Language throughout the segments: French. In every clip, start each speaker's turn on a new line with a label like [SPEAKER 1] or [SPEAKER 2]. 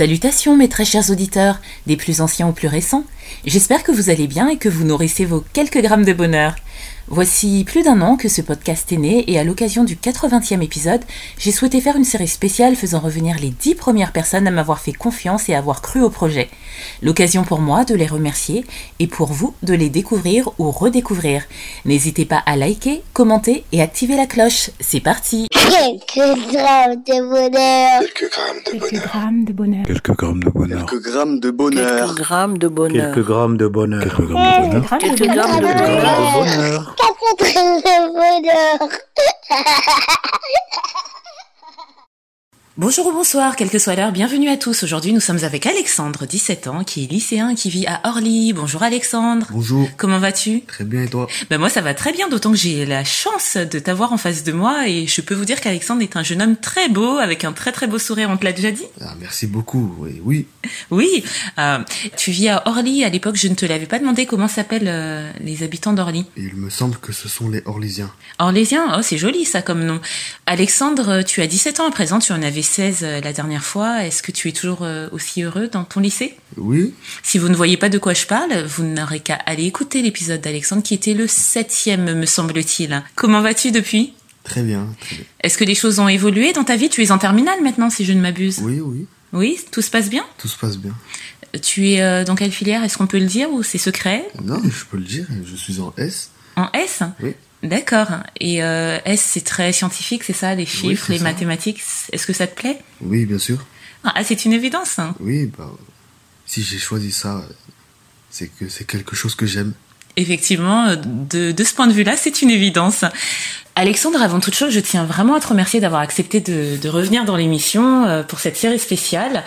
[SPEAKER 1] Salutations mes très chers auditeurs, des plus anciens aux plus récents. J'espère que vous allez bien et que vous nourrissez vos quelques grammes de bonheur. Voici plus d'un an que ce podcast est né et à l'occasion du 80e épisode, j'ai souhaité faire une série spéciale faisant revenir les 10 premières personnes à m'avoir fait confiance et à avoir cru au projet. L'occasion pour moi de les remercier et pour vous de les découvrir ou redécouvrir. N'hésitez pas à liker, commenter et activer la cloche. C'est parti
[SPEAKER 2] Quelques grammes de bonheur.
[SPEAKER 3] Quelques grammes de
[SPEAKER 4] Quelques
[SPEAKER 3] bonheur.
[SPEAKER 4] grammes de bonheur.
[SPEAKER 5] Quelques grammes de bonheur.
[SPEAKER 3] Quelques grammes de
[SPEAKER 6] Quelques
[SPEAKER 3] bonheur.
[SPEAKER 6] grammes de bonheur.
[SPEAKER 5] Quelques grammes de bonheur. Quelques
[SPEAKER 4] Quelques
[SPEAKER 5] grammes de
[SPEAKER 4] grammes
[SPEAKER 5] bonheur.
[SPEAKER 4] de
[SPEAKER 6] Quelques grammes de
[SPEAKER 4] bonheur.
[SPEAKER 6] bonheur.
[SPEAKER 2] Quatre grammes de bonheur.
[SPEAKER 1] Bonjour ou bonsoir, quelle que soit l'heure, bienvenue à tous. Aujourd'hui, nous sommes avec Alexandre, 17 ans, qui est lycéen, qui vit à Orly. Bonjour Alexandre.
[SPEAKER 7] Bonjour,
[SPEAKER 1] Comment vas-tu
[SPEAKER 7] très bien et toi
[SPEAKER 1] Ben moi ça va très bien, d'autant que j'ai la chance de t'avoir en face de moi et je peux vous dire qu'Alexandre est un jeune homme très beau, avec un très très beau sourire, on te l'a déjà dit
[SPEAKER 7] ah, Merci beaucoup, oui, oui.
[SPEAKER 1] Oui, euh, tu vis à Orly, à l'époque je ne te l'avais pas demandé comment s'appellent euh, les habitants d'Orly.
[SPEAKER 7] Il me semble que ce sont les Orlysiens.
[SPEAKER 1] Orlésiens, oh c'est joli ça comme nom. Alexandre, tu as 17 ans à présent, tu en avais 16 la dernière fois, est-ce que tu es toujours euh, aussi heureux dans ton lycée
[SPEAKER 7] Oui,
[SPEAKER 1] Si vous ne voyez pas de quoi je parle, vous n'aurez qu'à aller écouter l'épisode d'Alexandre qui était le septième, me semble-t-il. Comment vas-tu depuis
[SPEAKER 7] très bien, très bien.
[SPEAKER 1] Est-ce que les choses ont évolué dans ta vie Tu es en terminale maintenant, si je ne m'abuse.
[SPEAKER 7] Oui, oui,
[SPEAKER 1] Oui, tout se passe bien
[SPEAKER 7] tout se passe bien.
[SPEAKER 1] Tu es euh, dans quelle filière Est-ce qu'on peut le dire ou c'est secret
[SPEAKER 7] Non, mais je peux le dire, je suis en S.
[SPEAKER 1] En S
[SPEAKER 7] Oui.
[SPEAKER 1] D'accord. Et euh, S, c'est très scientifique, c'est ça Les chiffres,
[SPEAKER 7] c'est
[SPEAKER 1] les
[SPEAKER 7] ça.
[SPEAKER 1] mathématiques Est-ce que ça te plaît
[SPEAKER 7] Oui, bien sûr.
[SPEAKER 1] Ah, c'est une évidence. hein.
[SPEAKER 7] Oui, bah, si j'ai choisi ça, c'est que c'est quelque chose que j'aime.
[SPEAKER 1] Effectivement, euh, de, de ce point de vue-là, c'est une évidence. Alexandre, avant toute chose, je tiens vraiment à te remercier d'avoir accepté de, de revenir dans l'émission euh, pour cette série spéciale.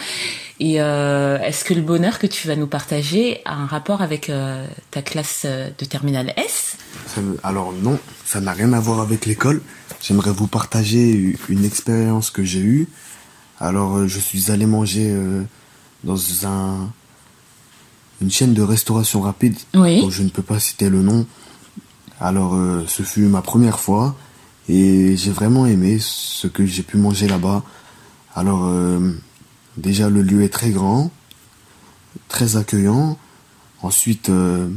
[SPEAKER 1] Et euh, est-ce que le bonheur que tu vas nous partager a un rapport avec euh, ta classe euh, de terminale S
[SPEAKER 7] Ça me- Alors non, ça n'a rien à voir avec l'école. J'aimerais vous partager u- une expérience que j'ai eue. Alors euh, je suis allé manger euh, dans un une chaîne de restauration rapide
[SPEAKER 1] Oui.
[SPEAKER 7] dont je ne peux pas citer le nom. Alors euh, ce fut ma première fois et j'ai vraiment aimé ce que j'ai pu manger là-bas. Alors euh, déjà le lieu est très grand, très accueillant. Ensuite euh,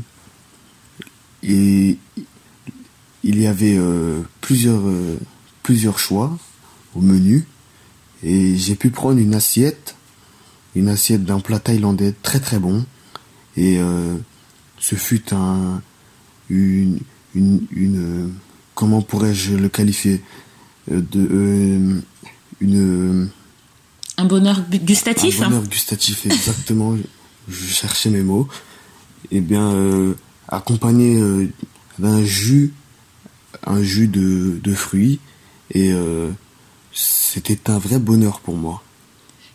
[SPEAKER 7] et il y avait euh, plusieurs, euh, plusieurs choix au menu et j'ai pu prendre une assiette, une assiette d'un plat thaïlandais très très bon et euh, ce fut un, une, une, une euh, comment pourrais-je le qualifier Euh, de euh, une euh,
[SPEAKER 1] Un bonheur bu- gustatif
[SPEAKER 7] un
[SPEAKER 1] hein.
[SPEAKER 7] bonheur gustatif, exactement. je cherchais mes mots. Et bien, euh, accompagné euh, d'un jus, un jus de, de fruits. Et euh, c'était un vrai bonheur pour moi.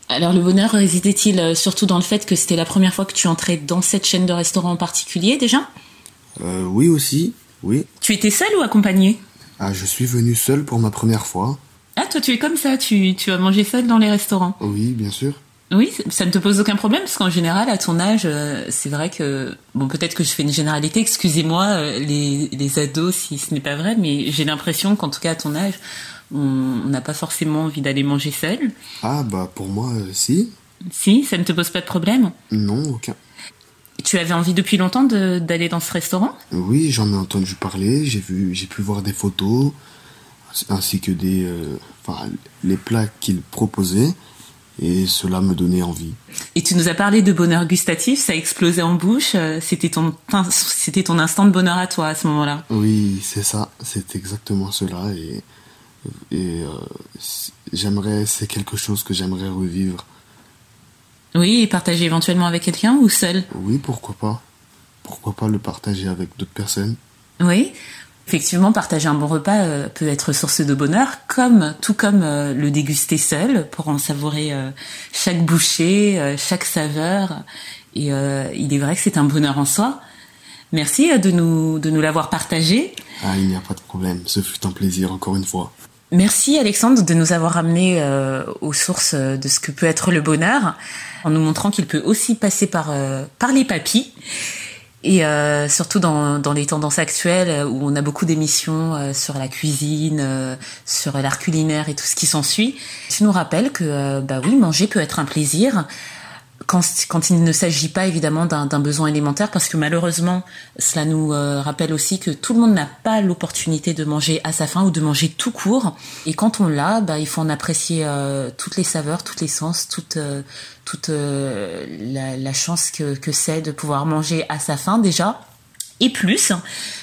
[SPEAKER 1] Alors le bonheur résidait-il euh, surtout dans le fait que c'était la première fois que tu entrais dans cette chaîne de restaurant en particulier déjà
[SPEAKER 7] Euh, oui aussi, oui.
[SPEAKER 1] Tu étais seul ou accompagné
[SPEAKER 7] Ah, je suis venu seul pour ma première fois.
[SPEAKER 1] Ah toi tu es comme ça, tu, tu vas manger seul dans les restaurants.
[SPEAKER 7] Oui, bien sûr.
[SPEAKER 1] Oui, ça ne te pose aucun problème parce qu'en général, à ton âge, euh, c'est vrai que bon, peut-être que je fais une généralité. Excusez-moi, euh, les, les ados, si ce n'est pas vrai, mais j'ai l'impression qu'en tout cas à ton âge, on on n'a pas forcément envie d'aller manger seul.
[SPEAKER 7] Ah, bah pour moi, euh, si.
[SPEAKER 1] Si, ça ne te pose pas de problème.
[SPEAKER 7] Non, aucun.
[SPEAKER 1] Tu avais envie depuis longtemps de- d'aller dans ce restaurant
[SPEAKER 7] Oui, j'en ai entendu parler, j'ai vu, j'ai pu voir des photos, ainsi que des, euh, enfin, les plats qu'ils proposaient, et cela me donnait envie.
[SPEAKER 1] et tu nous as parlé de bonheur gustatif, ça explosait en bouche. euh, C'était ton tin- c'était ton instant de bonheur à toi à ce moment-là.
[SPEAKER 7] Oui, c'est ça, c'est exactement cela, et, et euh, c'est- j'aimerais, c'est quelque chose que j'aimerais revivre.
[SPEAKER 1] Oui, et partager éventuellement avec quelqu'un ou seul.
[SPEAKER 7] Oui, pourquoi pas Pourquoi pas le partager avec d'autres personnes
[SPEAKER 1] Oui, effectivement, partager un bon repas euh, peut être source de bonheur, comme tout comme euh, le déguster seul pour en savourer euh, chaque bouchée, euh, chaque saveur. Et euh, il est vrai que c'est un bonheur en soi. Merci euh, de nous de nous l'avoir partagé.
[SPEAKER 7] Ah, il n'y a pas de problème, ce fut un plaisir encore une fois.
[SPEAKER 1] Merci Alexandre de nous avoir ramené euh, aux sources euh, de ce que peut être le bonheur, en nous montrant qu'il peut aussi passer par euh, par les papilles. Et euh, surtout dans, dans les tendances actuelles euh, où on a beaucoup d'émissions euh, sur la cuisine, euh, sur l'art culinaire et tout ce qui s'ensuit, tu nous rappelles que euh, bah oui, manger peut être un plaisir quand, quand il ne s'agit pas évidemment d'un d'un besoin élémentaire parce que malheureusement cela nous euh, rappelle aussi que tout le monde n'a pas l'opportunité de manger à sa faim ou de manger tout court et quand on l'a bah, il faut en apprécier euh, toutes les saveurs, toutes les sens, toutes euh, toute euh, la, la chance que, que c'est de pouvoir manger à sa faim déjà et plus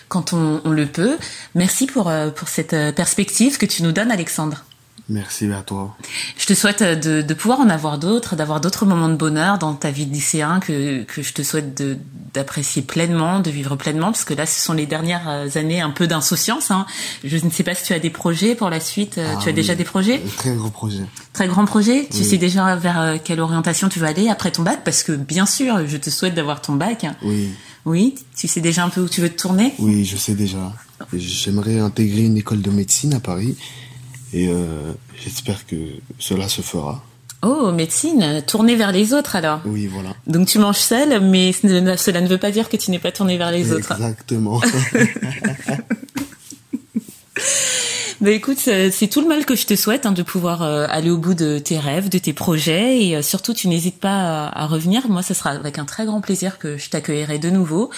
[SPEAKER 1] quand on, on le peut. Merci pour, euh, pour cette euh, perspective que tu nous donnes Alexandre.
[SPEAKER 7] Merci à toi.
[SPEAKER 1] Je te souhaite euh, de, de pouvoir en avoir d'autres, d'avoir d'autres moments de bonheur dans ta vie de lycéen que, que je te souhaite de- d'apprécier pleinement, de vivre pleinement, parce que là, ce sont les dernières euh, années un peu d'insouciance. hein. Je ne sais pas si tu as des projets pour la suite. euh,
[SPEAKER 7] Ah
[SPEAKER 1] tu as
[SPEAKER 7] oui.
[SPEAKER 1] déjà des projets
[SPEAKER 7] Un Très gros projet.
[SPEAKER 1] Très grand projet. Tu
[SPEAKER 7] Oui.
[SPEAKER 1] sais déjà vers euh, quelle orientation tu vas aller après ton bac, parce que bien sûr, je te souhaite d'avoir ton bac. hein.
[SPEAKER 7] Oui,
[SPEAKER 1] Oui, tu sais déjà un peu où tu veux te tourner.
[SPEAKER 7] oui, je sais déjà. J'aimerais intégrer une école de médecine à Paris et euh, j'espère que cela se fera.
[SPEAKER 1] Oh, médecine, euh, tourner vers les autres alors.
[SPEAKER 7] Oui, voilà.
[SPEAKER 1] Donc tu manges seul, mais ce ne- cela ne veut pas dire que tu n'es pas tourné vers les autres.
[SPEAKER 7] Exactement.
[SPEAKER 1] Bah écoute, c'est c'est tout le mal que je te souhaite hein, de pouvoir euh, aller au bout de tes rêves, de tes projets, et euh, surtout tu n'hésites pas à, à revenir. Moi, ce sera avec un très grand plaisir que je t'accueillerai de nouveau.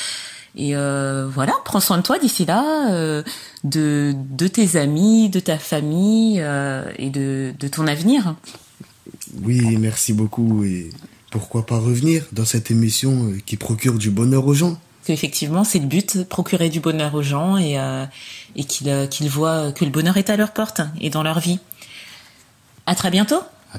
[SPEAKER 1] Et euh, voilà, prends soin de toi d'ici là, euh, de, de tes amis, de ta famille euh, et de, de ton avenir.
[SPEAKER 7] oui, merci beaucoup et pourquoi pas revenir dans cette émission euh, qui procure du bonheur aux gens.
[SPEAKER 1] Parce qu'effectivement, c'est le but, procurer du bonheur aux gens et, euh, et qu'ils euh, qu'ils voient que le bonheur est à leur porte et dans leur vie. À très bientôt.
[SPEAKER 7] À